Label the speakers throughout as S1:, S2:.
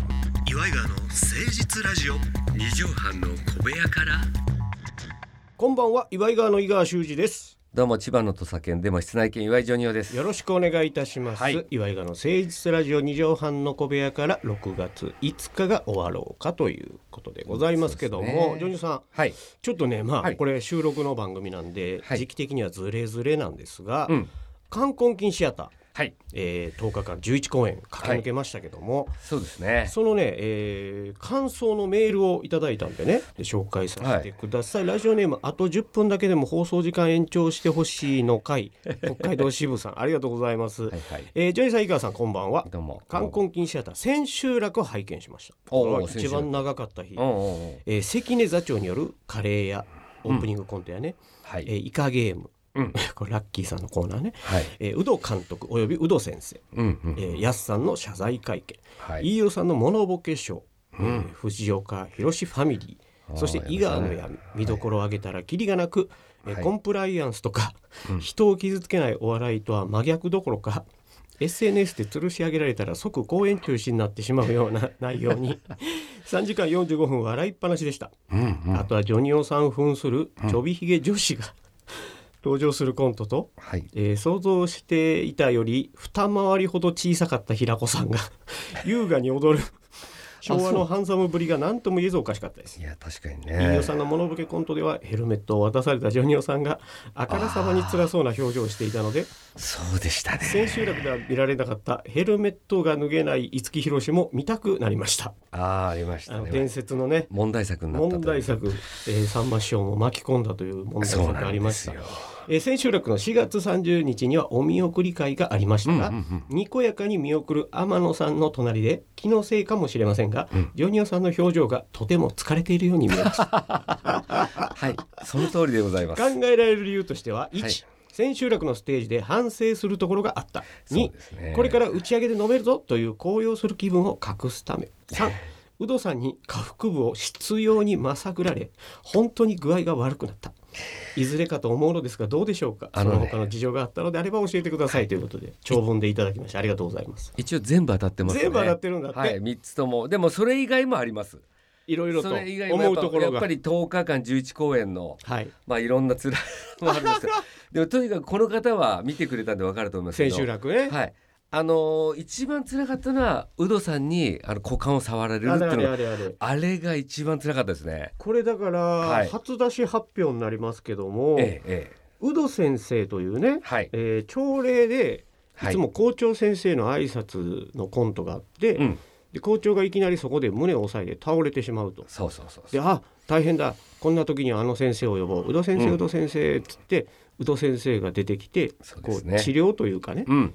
S1: イガーの誠実ラジオ
S2: 二畳半の小部屋から
S3: こんばんは岩井川の井川修司です
S2: どうも千葉の土佐県でも室内犬岩井ジョニオです
S3: よろしくお願いいたします、
S2: はい
S3: 岩井川の誠実ラジオ二畳半の小部屋から6月5日が終わろうかということでございますけども、
S2: そうですね
S3: ジョニーさん
S2: はい
S3: ちょっとねまあ、
S2: はい
S3: これ収録の番組なんで、
S2: はい
S3: 時期的にはズレズレなんですが、
S2: うん
S3: 冠婚金シアター
S2: はい
S3: えー、10日間11公演駆け抜けましたけども、
S2: そうですね
S3: そのね、えー感想のメールをいただいたんでねで紹介させてください、ラジオネームあと10分だけでも放送時間延長してほしいの回北海道支部さんあり がとうございます、
S2: はいはい
S3: えージョニーさん井川さんこんばんは
S2: どうも
S3: 冠婚金シアター千秋楽を拝見しました
S2: おう
S3: これは
S2: 千秋
S3: 一
S2: 楽
S3: 番長かった日、
S2: うんうんうん
S3: えー関根座長によるカレーやオープニングコントやね、
S2: は
S3: えー
S2: い
S3: イカゲーム、
S2: うん
S3: これラッキーさんのコーナーね、
S2: はい
S3: えー、宇藤監督および宇藤先生
S2: うんう
S3: え
S2: ん
S3: ー、安さんの謝罪会見、
S2: はい
S3: 飯尾さんのモノボケショー、えー藤岡弘ファミリ
S2: あ
S3: ー
S2: ー
S3: そして伊賀の闇見どころを挙げたらキリがなく、えー
S2: はい
S3: コンプライアンスとか、人を傷つけないお笑いとは真逆どころか SNS で吊るし上げられたら即公演中止になってしまうよう な内容に3時間45分笑いっぱなしでした、
S2: うんうん
S3: あとはジョニオさん扮するちょびひげ女子が登場するコントと
S2: はい
S3: えー想像していたより二回りほど小さかった平子 さんが優雅に踊る昭和のハンサムぶりが何とも言えずおかしかったです
S2: い。や確かに
S3: 飯
S2: ね
S3: 尾さんのモノボケコントではヘルメットを渡されたジョニオさんがあからさまに辛そうな表情をしていたので
S2: そうでしたね
S3: 千秋楽では見られなかったヘルメットが脱げない五木ひろしも見たくなりました
S2: ああありまし
S3: あ
S2: た
S3: の伝
S2: ね
S3: 説のね
S2: 問題作になったと
S3: 問題作、えー、さんま師匠も巻き込んだという問題
S2: そう
S3: 作
S2: な
S3: があり
S2: ん
S3: ま
S2: で
S3: し
S2: す
S3: た
S2: よ
S3: えー千秋楽の4月30日にはお見送り会がありました
S2: う
S3: が、
S2: んうんうん
S3: にこやかに見送る天野さんの隣で気のせいかもしれませんが、ジョニオさんの表情がとても疲れているように見えました
S2: はいその通りでございます
S3: 考えられる理由としては1、
S2: はい
S3: 千秋楽のステージで反省するところがあった
S2: そう
S3: 2、
S2: ですね
S3: これから打ち上げで飲めるぞという高揚する気分を隠すため3ウドさんに下腹部を執拗にまさぐられ本当に具合が悪くなったいずれかと思うのですがどうでしょうか
S2: あ
S3: そ
S2: のね
S3: の他の事情があったのであれば教えてくださいということで長文でいただきましてありがとうございます
S2: 一応全部当たってますね
S3: 全部当たってるんだって
S2: はい三つともでもそれ以外もあります
S3: いろいろと
S2: それ以外もや
S3: 思
S2: っ
S3: う
S2: ぱ
S3: ところ
S2: やっ
S3: が
S2: ぱり10日間11公演の
S3: はい
S2: まあいろんなつらもあるん ですけどでもとにかくこの方は見てくれたんで分かると思いますけ
S3: 千
S2: ど
S3: 秋楽ね、
S2: はいあのー一番つらかったのはウドさんにあの股間を触られるっ
S3: あ
S2: て
S3: れ
S2: いう
S3: あ
S2: の
S3: れ
S2: が
S3: あれあれ
S2: あれが一番つらかったですね
S3: これだから、
S2: はい
S3: 初出し発表になりますけども、
S2: ええええ
S3: ウド先生というね、
S2: はい
S3: えー朝礼で
S2: はい
S3: いつも校長先生の挨拶のコントがあって、
S2: うん
S3: で校長がいきなりそこで胸を押さえて倒れてしまうと。
S2: そうそうそうそ
S3: で
S2: う
S3: あ大変だこんな時にはあの先生を呼ぼう宇戸先生、
S2: うん
S3: 宇戸先生っつって宇戸先生が出てきて
S2: そうで
S3: こ
S2: す
S3: う
S2: ね
S3: 治療というかね
S2: うん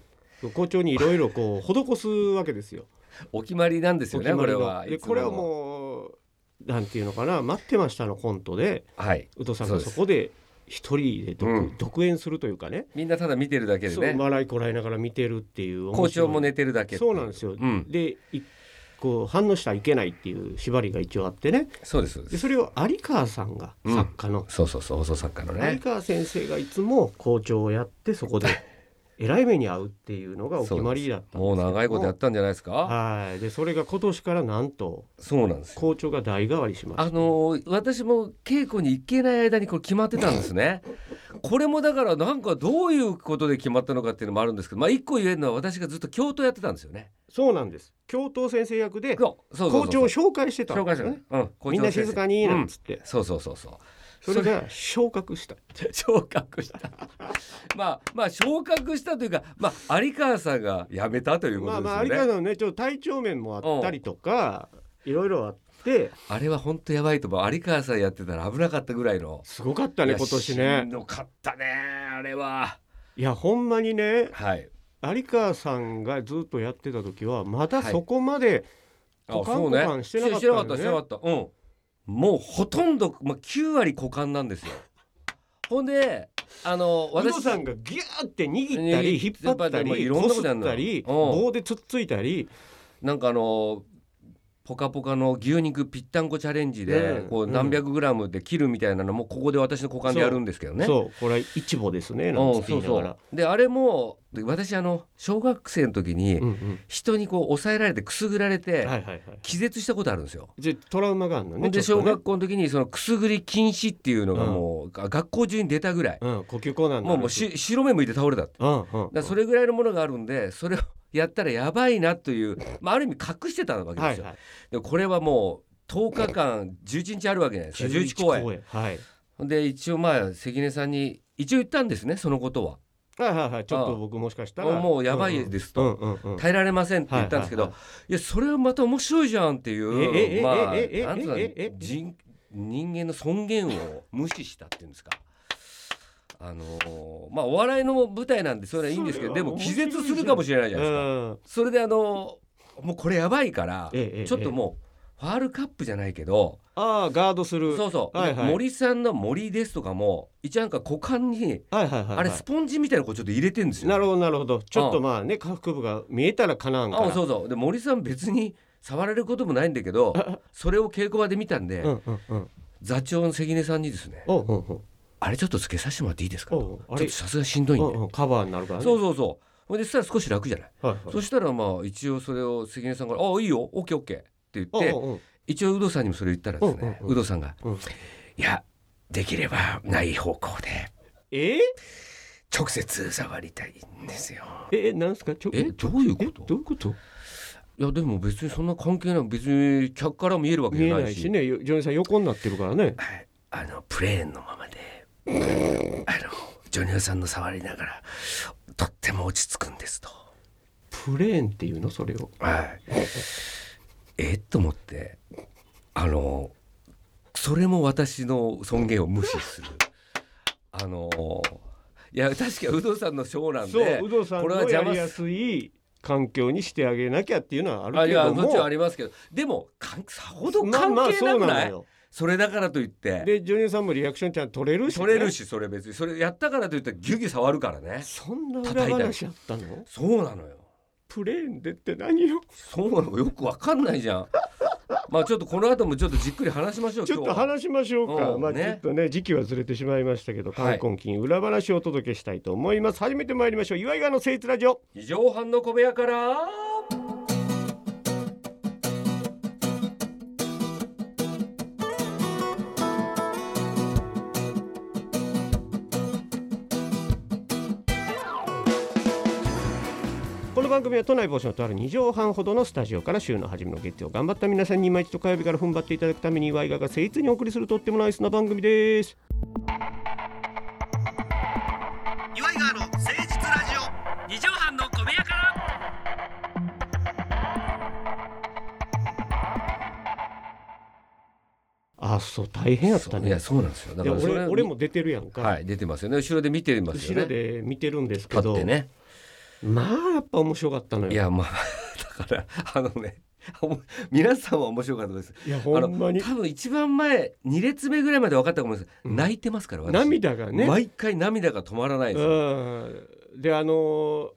S3: 校長にいろいろこう施すわけですよ。
S2: お決まりなん ですよね
S3: お
S2: これ
S3: 決まりの
S2: は
S3: で
S2: いつ
S3: これはもうなんていうのかな「待ってました」のコントで
S2: はい
S3: 宇戸さん
S2: そう
S3: が
S2: で
S3: そ
S2: す
S3: こで一人で独,、
S2: うん
S3: 独演するというかね
S2: みんなただ見てるだけで
S3: そう
S2: ね
S3: 笑いこらえながら見てるっていう面白
S2: 校
S3: い
S2: 長も寝てるだけってい
S3: そうなんですよ、
S2: うん
S3: でいこう反応してはいけないっていう縛りが一応あってね
S2: そうですそうで
S3: ですそれを有川さんが
S2: うん
S3: 作家の、
S2: そうそうそう放送作家の
S3: 有
S2: ね
S3: 川先生がいつも校長をやってそ こでえらい目に遭うっていうのがお決まりだったんですけど
S2: もう長いことやったんじゃないですか
S3: はいでそれが今年からなんと
S2: そうなんですよ
S3: 校長が代替わりしま
S2: あ
S3: し
S2: のー私も稽古に行けない間にこれ決まってたんですね。これもだからなんかどういうことで決まったのかっていうのもあるんですけど、まあ一個言えるのは私がずっと教頭やってたんですよね。
S3: たそうなんです教頭先生役で
S2: そうそうそう
S3: 校長を
S2: そう
S3: 紹介してた
S2: 紹
S3: んで
S2: 介
S3: す
S2: 者
S3: よ
S2: ね
S3: ね。
S2: うん、校長
S3: みんな
S2: 先生
S3: 静かに
S2: う
S3: なん
S2: ん
S3: つって、
S2: そうそうそう そう。
S3: それが昇格した
S2: 昇格した。まあまあ昇格したというか、まあ有川さんが辞めたというこ
S3: まあ
S2: とです
S3: ま
S2: よ
S3: あ有
S2: ね。
S3: 川さんのねちょっと体調面もあったりとかいろいろあって
S2: あれは本当やばいと思う。有川さんやってたら危なかったぐらいの。
S3: すごかったね
S2: いや
S3: 今年
S2: しん
S3: ね
S2: どかったねあれは。
S3: いやほんまにね
S2: はい。
S3: 有川さんがずっとやってた時はまだそこまで
S2: あ
S3: 股間
S2: そうね
S3: 股間してなかった
S2: してなかった
S3: よね
S2: してなかったうんもうほとんど、まあ、9割股間なんですよほんであの
S3: 有
S2: 私
S3: 働さんがギューって握ったり引
S2: 握
S3: っ張った
S2: やっぱり
S3: り
S2: もういろんな
S3: こ
S2: こと
S3: す
S2: やん
S3: っ
S2: の
S3: たり
S2: うん
S3: 棒でつっついたり
S2: なんかあのポカポカの牛肉ぴったんこチャレンジで
S3: ね
S2: こう
S3: うん
S2: 何百グラムで切るみたいなのもここで私の股間でやるんですけどね。
S3: そうこれは一母ですねなん
S2: う
S3: つっ
S2: ん
S3: て
S2: そ
S3: 言
S2: う
S3: いなが
S2: そ
S3: ら
S2: うであれもで私あの小学生の時に
S3: うんうん
S2: 人にこう抑えられてくすぐられて
S3: はいはいはい
S2: 気絶したことあるんですよ。
S3: じゃあトラウマがあるのね
S2: で
S3: ちょ
S2: 小
S3: っとね
S2: 学校の時にそのくすぐり禁止っていうのがもうが学校中に出たぐらい
S3: うん呼吸困難に
S2: も
S3: な
S2: う
S3: る
S2: もうし白目向いて倒れたってだか
S3: うんうん
S2: らそれぐらいのものがあるんでそれをやったらやばいなという、まあ、ある意味隠してたわけ
S3: は
S2: で
S3: い
S2: すよ。
S3: はい
S2: でこれはもう10日間11日あるわけじゃないですか11公演
S3: 演はい
S2: で一応まあ関根さんに一応言ったんですねそのことは
S3: はいはいはいちょっと僕もしかしたら
S2: もうもうやばいですと
S3: うんうんうんうん
S2: 耐えられませんって言ったんですけど、
S3: はい
S2: いやそれはまた面白いじゃんってい
S3: ええ
S2: うまあ
S3: えええ
S2: なんつうの
S3: えええ
S2: 人人間の尊厳を無視したっていうんですか。あのーまあお笑いの舞台なんでそれはいいんですけど
S3: それ
S2: で
S3: は
S2: も気絶するかもしれないじゃないですか。
S3: うん
S2: それであのーもうこれやばいから、
S3: ええええ
S2: ちょっともうファールカップじゃないけど、
S3: ああガードする
S2: そうそう、
S3: はいはい
S2: 森さんの「森です」とかも一応なんか股間に
S3: はいはいはいはい
S2: あれスポンジみたいなのこうちょっと入れてるんですよ。
S3: なるほどなるほどちょっとまあね下腹部が見えたらかなわんから
S2: あそうそうで森さん別に触られることもないんだけ どそれを稽古場で見たんで、
S3: うんうんうん
S2: 座長の関根さんにですね
S3: おうおうおう
S2: あれちょっとつけさせてもらっていいですか
S3: お
S2: と
S3: うあ
S2: ちょ
S3: れ
S2: っとさすがしんどいんで、
S3: うんうんカバーになるからね
S2: そうそうそうほいでそしたら少し楽じゃない、
S3: はいはい
S2: そしたらまあ一応それを関根さんから「あいいよオッケーオッケー」って言って
S3: おうおう
S2: 一応有働さんにもそれ言ったらですね
S3: うんうんうん
S2: 有働さんが
S3: うん
S2: 「いやできればない方向で
S3: え
S2: 直接触りたいんですよ
S3: ー、えなんすかちょ
S2: えどういうこと
S3: えどういうこと
S2: いやでも別にそんな関係ない別に客から見えるわけ
S3: 見
S2: じ
S3: え
S2: ゃ
S3: な
S2: ない
S3: い
S2: し
S3: しねよジョニーさん横になってるからね
S2: はい、あのプレーンのままであのジョニオさんの触りながらとっても落ち着くんですと、
S3: プレーンっていうのそれを
S2: はい、えっと思ってあのそれも私の尊厳を無視するあのいや確か有働さんのショーなんで
S3: そう有働さん
S2: これは
S3: の
S2: 邪
S3: や
S2: 魔
S3: りや
S2: す
S3: すい環境にしてあげなきゃっていうのはある
S2: あい
S3: けど
S2: や
S3: も
S2: もちろんありますけどでもかんさほど
S3: まあ
S2: 関
S3: まあ
S2: 係な
S3: そう
S2: く
S3: な
S2: な
S3: の
S2: い
S3: よ
S2: それだからといって
S3: でジョニーさんもリアクションちゃんと取れるし、ね、
S2: 取れるしそれ別にそれやったからといってギュギュ触るからね
S3: そんな裏
S2: 叩いたり
S3: 話あったの
S2: そうなのよ
S3: プレーンでって何よ
S2: そうなのよくわかんないじゃん。 まあちょっとこの後もちょっとじっくり話しましょう。
S3: ちょっと
S2: 今日は
S3: 話しましょうか、
S2: うん
S3: まあち
S2: ね
S3: ょっとね時期はずれてしまいましたけど
S2: はい
S3: 冠婚金裏話をお届けしたいと思います、初めて参りましょう岩井川の誠一ラジオ
S2: 二畳半の小部屋から。
S3: この番組は都内防止のとある2畳半ほどのスタジオから週の初めの月曜頑張った皆さんに毎日と火曜日から踏ん張っていただくために岩井川が誠一にお送りするとってもナイスな番組です
S1: 岩井川の誠実ラジ
S2: 二畳半の小部屋から。
S3: あそう大変やった
S2: い
S3: ね
S2: やそうなんですよ。だ
S3: い
S2: か
S3: や
S2: らそれ
S3: 俺俺も出てるやんか、
S2: はい出てますよね。後ろで見てます
S3: 後
S2: よ
S3: ろ
S2: ね。
S3: で見てるんですけ
S2: 立
S3: ど、
S2: ってね。
S3: まあやっぱ面白かったのよ
S2: いやまあ だからあのね。おも皆さんは面白かったです。
S3: いや
S2: あ
S3: ほ
S2: の
S3: んまに
S2: 多分一番前二列目ぐらいまで分かったと思います。
S3: うん
S2: 泣いてますから私。
S3: 涙がね
S2: 毎回涙が止まらないです。
S3: うんであのー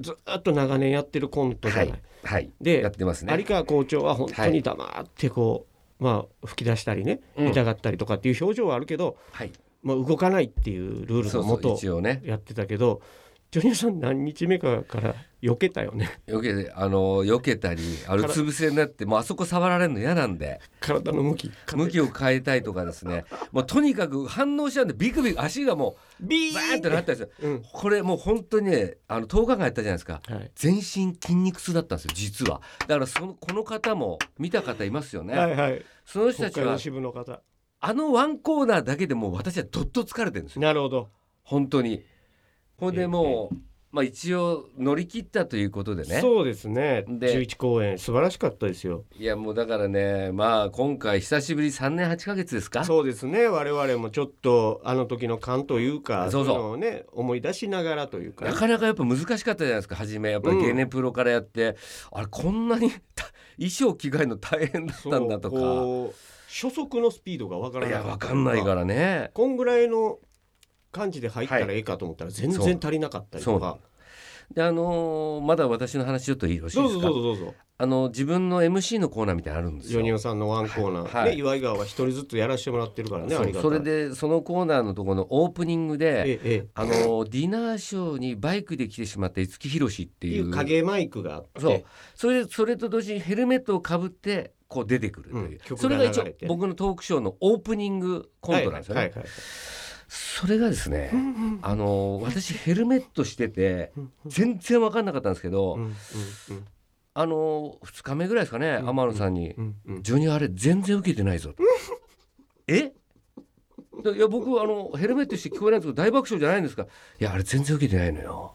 S3: ずーっと長年やってるコントじゃ
S2: は
S3: ない、
S2: いはい。
S3: で
S2: やってます
S3: 有
S2: ね。
S3: 川校長は本当
S2: は
S3: に
S2: い
S3: 黙ってこう、まあ吹き出したりね
S2: うん
S3: 痛がったりとかっていう表情はあるけど、
S2: はい。
S3: まあ、動かないっていうルール
S2: そ
S3: の
S2: う
S3: も
S2: そう
S3: と
S2: 一応ね。
S3: やってたけどジョニオさん何日目かから避けたよね
S2: よけあの避けたりあの
S3: から
S2: つぶせになってもうあそこ触られるの嫌なんで
S3: 体の向き
S2: 向きを変えたいとかですねもうとにかく反応しちゃうんでビクビク足がも
S3: ビ
S2: うバーンってなったんですよ
S3: うん
S2: これもう本当にねあの10日間やったじゃないですか
S3: はい
S2: 全身筋肉痛だったんですよ実はだからそのこの方も見た方いますよね、
S3: はいはい
S2: その人
S3: 国
S2: たち
S3: 会の
S2: は
S3: 支部の方
S2: あのワンコーナーだけでもう私はどっと疲れてるんですよ
S3: なるほど、
S2: 本当にほんでもう、まあ一応乗り切ったということでね
S3: そうですね
S2: で
S3: 11公演素晴らしかったですよ
S2: いやもうだからねまあ今回久しぶり3年8ヶ月ですか
S3: そうですね我々もちょっとあの時の勘というか
S2: そうそう
S3: いのをね思い出しながらというか
S2: なかなかやっぱ難しかったじゃないですか初めやっぱり
S3: うん
S2: ゲネプロからやって、あれこんなに 衣装着替えるの大変だったんだとか
S3: こう初速のスピードがわからない
S2: いやわかんないからね
S3: こんぐらいの感じで入ったらええかと思ったら全
S2: そう
S3: 然足りなかったりとか、
S2: であのーまだ私の話ちょっとよろしいで
S3: どう
S2: すか
S3: ぞどうぞどうぞ
S2: あの自分の MC のコーナーみたいなのあるんです
S3: ジョ
S2: よ
S3: ニオさんのワンコーナー、
S2: はい
S3: で岩井川は一人ずつやらせてもらってるからねあ
S2: そう
S3: りがた
S2: そ
S3: い
S2: れでそのコーナーのところのオープニングで、
S3: えええ
S2: あのディナーショーにバイクで来てしまった五木ひろしって
S3: え
S2: い
S3: いうう影マイクがあって
S2: そうそれそれと同時にヘルメットをかぶってこう出てくるという
S3: うん、曲が
S2: それが一
S3: 流れ
S2: 応
S3: て
S2: 僕のトークショーのオープニングコントなんですよね、
S3: はいはいはい
S2: それがですね、
S3: うん
S2: あの私ヘルメットしてて
S3: うん
S2: 全然分かんなかったんですけど、
S3: うんうん
S2: あの2日目ぐらいですかね、
S3: うん
S2: 天野さんに
S3: うんうんう
S2: 「
S3: ん
S2: ジョニーあれ全然受けてないぞ」えいや僕あのヘルメットして聞こえないんですけど大爆笑じゃないんですかいやあれ全然受けてないのよ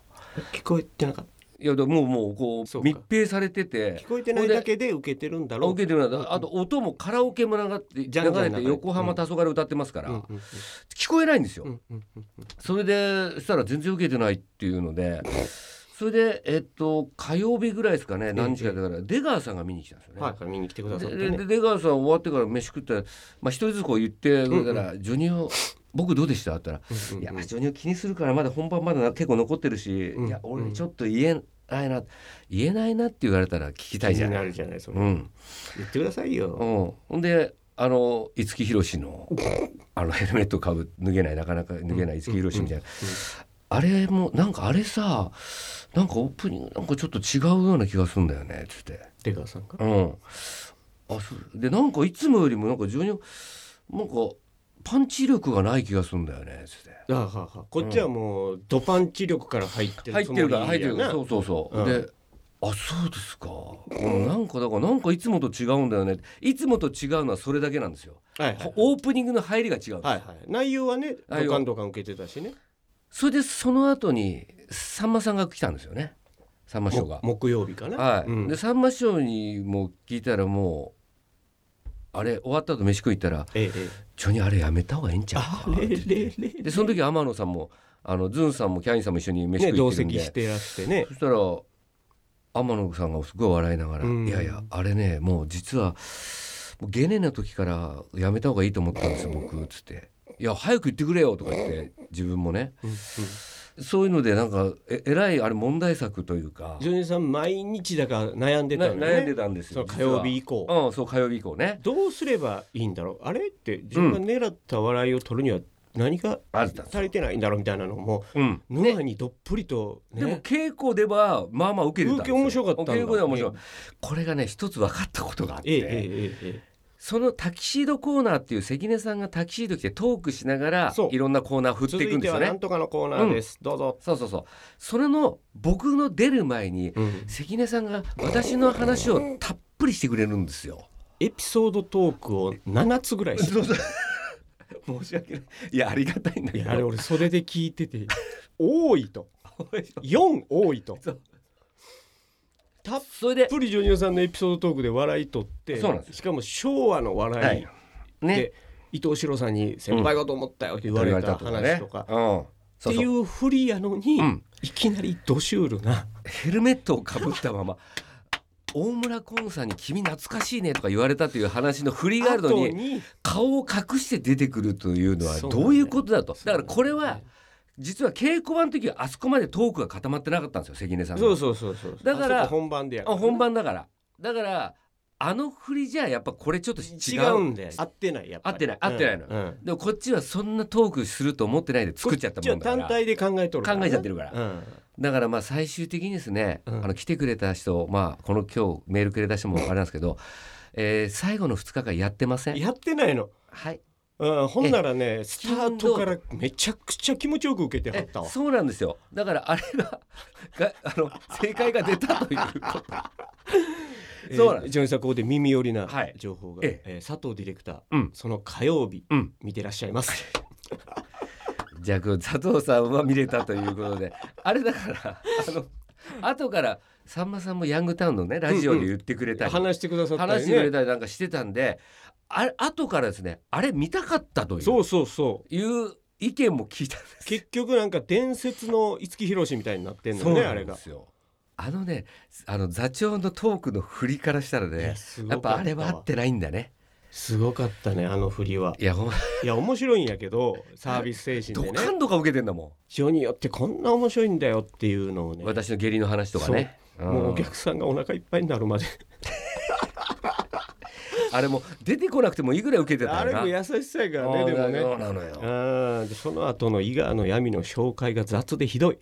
S3: 聞こえてなかっ
S2: いやでももうもうこ
S3: そううか
S2: 密閉されてて
S3: た聞こえてないだけで受けてるんだろう
S2: 受けてるなあと音もカラオケも流れて
S3: じゃんじゃん流れ
S2: 流れ
S3: て
S2: て横浜黄昏歌ってますから、
S3: うんうん
S2: 聞こえないんですよ、
S3: うんうんうんうん
S2: それでそしたら全然受けてないっていうのでそれでえっと火曜日ぐらいですかね何日かだから出川さんが見に来たんですよね、
S3: はいはい見に来てくださって
S2: でで
S3: ね
S2: 出川さん終わってから飯食ったら、まあ、一人ずつこう言ってくれたら「ジョニオ僕どうでした?」って言ったら「
S3: うんうんうん
S2: いやジョニオ気にするからまだ本番まだな結構残ってるし、
S3: うん
S2: いや俺ちょっと言えないな言えないな」って言われたら聞きたいじ
S3: 気
S2: ゃ
S3: に
S2: な。
S3: ないるじゃないそれ
S2: うん
S3: 言ってくださいよ
S2: うん、ほんであの五木ひろしのあのヘルメットかぶ脱げないなかなか脱げない五木ひろしみたいな、あれもなんかあれさなんかオープニングなんかちょっと違うような気がするんだよねつって、
S3: 出川さんが
S2: うん、あそうでなんかいつもよりもなんか重要なんかパンチ力がない気がするんだよねつって。
S3: あははこっちはもうドパンチ力から入ってる
S2: 入ってるから入ってるから
S3: そ
S2: そううそうそう、
S3: うん
S2: であそうですか、うんなんかだからなんかいつもと違うんだよねいつもと違うのはそれだけなんですよ
S3: はいはい
S2: オープニングの入りが違うんです
S3: はいはい内容はね
S2: 内
S3: ド
S2: 容
S3: カンドカン受けてたしね
S2: それでその後にさんまさんが来たんですよねさんま師匠
S3: も
S2: が。
S3: 木曜日かな
S2: はい
S3: うん
S2: でさんま師匠にも聞いたらもうあれ終わった後飯食い行ったら
S3: ええええ
S2: 「ちょにあれやめた方がええんちゃ
S3: あ
S2: うか」
S3: れ
S2: って
S3: れれ
S2: でその時天野さんもあのズンさんもキャインさんも一緒に飯
S3: ね
S2: 食い行
S3: 同
S2: ってるんで、
S3: 席してらしてね
S2: そしたら天野さんがすごい笑いながら「
S3: うん
S2: いやいやあれねもう実はもうゲネの時からやめた方がいいと思ったんですよ僕」つって「いや早く言ってくれよ」とか言って自分もね。
S3: うんうん
S2: そういうのでなんかええらいあれ問題作というか、
S3: ジョニーさん毎日だから悩んでた
S2: な
S3: のよね
S2: 悩んでたんです
S3: そ
S2: よ
S3: の火曜日以
S2: 以
S3: 降
S2: 降うんそう火曜日以降ね
S3: どうすればいいんだろうあれって自分が狙った笑いを取るには何が
S2: あったんです
S3: 足りてないんだろうみたいなのも
S2: うん
S3: 沼にどっぷりと
S2: でも
S3: ね
S2: 稽古ではまあまあ受けてたんですよ
S3: 受け面白かったんだ
S2: 稽古では面白いこれがね一つ分かったことがあって、
S3: えええええええ
S2: そのタキシードコーナーっていう関根さんがタキシード着てトークしながら
S3: そう
S2: いろんなコーナー振っ
S3: え続
S2: ていく
S3: い
S2: んです
S3: て
S2: よ
S3: はな
S2: ね
S3: んとかのコーナーですどうぞ
S2: そうそうそうそれの僕の出る前に関根さんが私の話をたっぷりしてくれるんですよ
S3: エピソードトークを7つぐらいして
S2: そうそう 申し訳ないいやありがたいんだ
S3: い
S2: けど
S3: やあれ俺袖で聞いてて多いと4多いと
S2: そう
S3: たっ
S2: それで
S3: ぷりジョニオさんのエピソードトークで笑い取って
S2: そうなんです
S3: しかも昭和の笑い、
S2: はいね
S3: で伊藤四郎さんに「先輩がと思ったよ」って言われた話とか、
S2: 言われたとかねうん、
S3: ってい
S2: そう
S3: うふりやのに、
S2: うん
S3: いきなりドシュールな
S2: そうヘルメットをかぶったまま大村崑さんに「君懐かしいね」とか言われたという話の振りがあるの
S3: 後
S2: に
S3: に
S2: 顔を隠して出てくるというのは
S3: そうなんだよ
S2: どういうことだと
S3: そう
S2: だ
S3: な
S2: か
S3: んだ
S2: ら
S3: よ
S2: これは実は稽古場の時はあそこまでトークが固まってなかったんですよ関根さんの
S3: そうそうそうそう
S2: だから
S3: あそこ本番でや
S2: あ本番だからだからあの振りじゃやっぱこれちょっと違
S3: 違
S2: う
S3: うんで合ってないやっぱ
S2: 合
S3: り
S2: ってない合ってないの
S3: うんうん
S2: でもこっちはそんなトークすると思ってないで作っちゃったもんだ
S3: こっち
S2: か
S3: は単
S2: ら
S3: 体で考えとるから
S2: 考えちゃってるから
S3: うん
S2: だからまあ最終的にですね、
S3: うん
S2: あの来てくれた人、まあ、この今日メールくれた人もあれなんですけど、えー最後の2日間やってません。
S3: やってないの
S2: はい、
S3: うん、ほんならねスタートからめちゃくちゃ気持ちよく受けてはっ
S2: え
S3: たわ
S2: そうなんですよだからあれががあの正解が出たということ
S3: えー
S2: そうなんです
S3: ジョニーさんここで耳寄りな
S2: はい
S3: 情報が、
S2: え
S3: えー佐藤ディレクター、
S2: うん
S3: その火曜日、
S2: うん
S3: 見てらっしゃいます
S2: じゃあ佐藤さんは見れたということであれだからあの後からさんまさんもヤングタウンのねラジオで言ってくれたり、
S3: 話してくださったりね
S2: 話してくれたりなんかしてたんであれ後からですねあれ見たかったとい
S3: そううそうそう
S2: いう意見も聞いたんです
S3: 結局なんか伝説の五木ひろしみたいになってんの
S2: そう
S3: ね
S2: な
S3: あれ
S2: んで
S3: が
S2: すよ。あのね、あの座長のトークの振りからしたら
S3: いや
S2: ね、
S3: すご
S2: やっ
S3: かた
S2: ぱ
S3: わ
S2: あれは合ってないんだね。
S3: すごかったねあの振りはい
S2: やほんま
S3: いや面白いんやけどサービス精神
S2: ド
S3: で
S2: カ
S3: ね
S2: ンドカン受けてんだも
S3: 人によってこんな面白いんだよっていうのをね
S2: ん私の下痢の話とかね
S3: もうお
S2: うん
S3: 客さんがお腹いっぱいになるまで
S2: あれも出てこなくてもいいぐらい受けてた
S3: あ
S2: よ
S3: れ
S2: な
S3: も優しさが
S2: あー
S3: ねでも
S2: そう
S3: ね
S2: なのよ
S3: あーでその後の伊賀の闇の紹介が雑でひ どい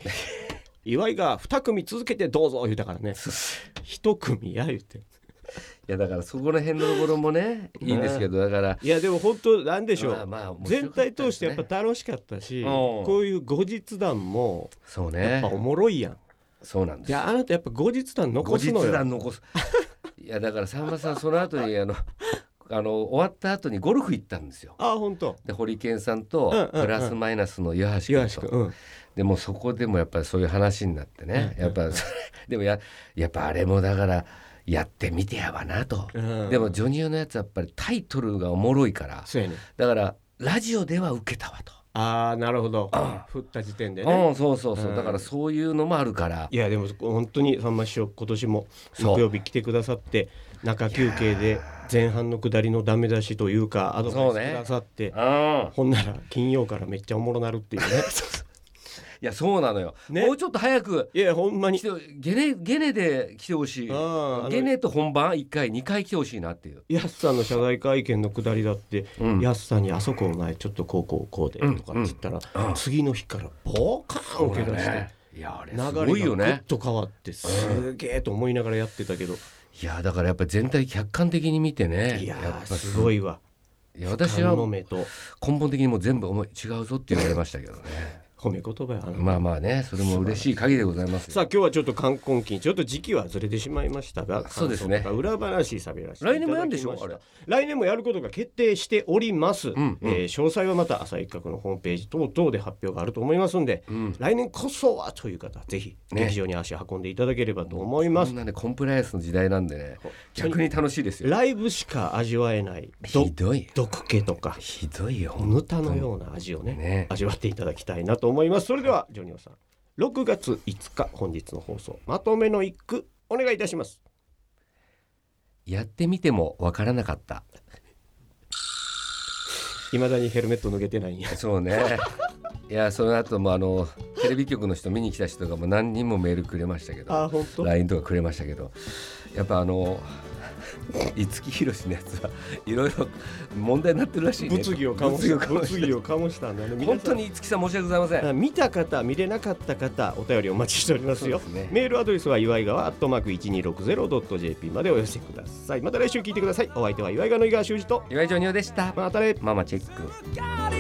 S3: 岩井が2組続けてどうぞ言うたからね1組や言うて
S2: いやだからそこら辺のところもねいいんですけどだから
S3: いやでも本当なんでしょう、
S2: まあまあ面白か
S3: 全
S2: ったですね
S3: 体通してやっぱ楽しかったし、
S2: ん
S3: こういう後日談も
S2: そう
S3: や
S2: ね
S3: っぱおもろいやん、
S2: そうなんです
S3: であなたやっぱ後日談
S2: 後
S3: 残す
S2: 日
S3: のよ
S2: 談残すいやだからさんまさんその後にあのあの終わった後にゴルフ行ったんですよ
S3: ああ本当
S2: で堀健さん
S3: うんうんう
S2: と
S3: ん
S2: プラスマイナスの岩橋
S3: 岩
S2: 君
S3: 橋
S2: と
S3: 君、うん、
S2: でもうそこでもやっぱりそういう話になってね、やっぱ でもややっぱあれもだからやってみてやわなと、
S3: うん
S2: でもジョニオのやつはやっぱりタイトルがおもろいから
S3: そうやね
S2: だからラジオでは受けたわと、
S3: ああなるほど振った時点でね
S2: うんそうそうそう、だからそういうのもあるから
S3: いやでも本当にさんま師匠今年も
S2: そう
S3: 木曜日来てくださって中休憩で前半の下りのダメ出しというかアドバイス
S2: そうね
S3: くださって、
S2: うん
S3: ほんなら金曜からめっちゃおもろなるっ ていうね
S2: いやそうなのよ、
S3: ね
S2: もうちょっと早く
S3: いやほんまに
S2: 来てゲネゲネで来てほしい
S3: あーあの
S2: ゲネと本番1回2回来てほしいなっていう、
S3: やすさんの謝罪会見の下りだって、
S2: うん
S3: やすさんに「あそこお前ちょっとこうこうこうで」とかって言ったら、次の日からボーカーン受け出して、
S2: いやあれ
S3: 流
S2: す
S3: れが
S2: ご
S3: ぐ
S2: いよ
S3: っ
S2: ね
S3: と変わってすげえと思いながらやってたけど、
S2: いやだからやっぱり全体客観的に見てね
S3: いや
S2: っ
S3: ー
S2: ぱ
S3: すごいわ
S2: いや私は
S3: の目と
S2: 根本的にもう全部思い違うぞって言われましたけどね
S3: 褒め言葉やな
S2: まあまあねそれも嬉しい限りでございます
S3: さあ今日はちょっと冠婚金ちょっと時期はずれてしまいましたが
S2: そうですね
S3: 感想とか裏話さびらしていただ
S2: 来年
S3: きました
S2: もやるんでしょあれ
S3: 来年もやることが決定しております、
S2: んうん
S3: えー詳細はまた朝一角のホームページ等々で発表があると思いますんで、来年こそはという方はぜひ
S2: ね
S3: 劇場に足を運んでいただければと思いま
S2: こ
S3: す、
S2: んなねコンプライアンスの時代なんでね
S3: 当に
S2: 逆に楽しいですよ
S3: ライブしか味わえないど
S2: ひどい
S3: 毒気とか
S2: ひどいよ
S3: ぬたのような味をね
S2: ね
S3: 味わっていただきたいなと思いますそれではジョニオさん6月5日本日の放送まとめの一句お願いいたします
S2: やってみてもわからなかった
S3: いまだにヘルメット脱げてないんや
S2: そう ねいやその後もあのテレビ局の人見に来た人がもう何人もメールくれましたけど
S3: あ本当
S2: LINE とかくれましたけどやっぱあの五木ひろしのやつはいろいろ問題になってるらしいね
S3: 物議を醸
S2: 物
S3: し
S2: 議
S3: た
S2: を醸
S3: 物議を醸したんだね皆さん
S2: 本当に五木さん申し訳ございません
S3: あ見た方見れなかった方お便りお待ちしておりますよ
S2: そうですね
S3: メールアドレスは岩井川アットマーク 1260.jp までお寄せくださいまた来週聞いてくださいお相手は岩井川の井川修司と
S2: 岩井ジョニオでした
S3: またね
S2: ママチェック
S4: Gotta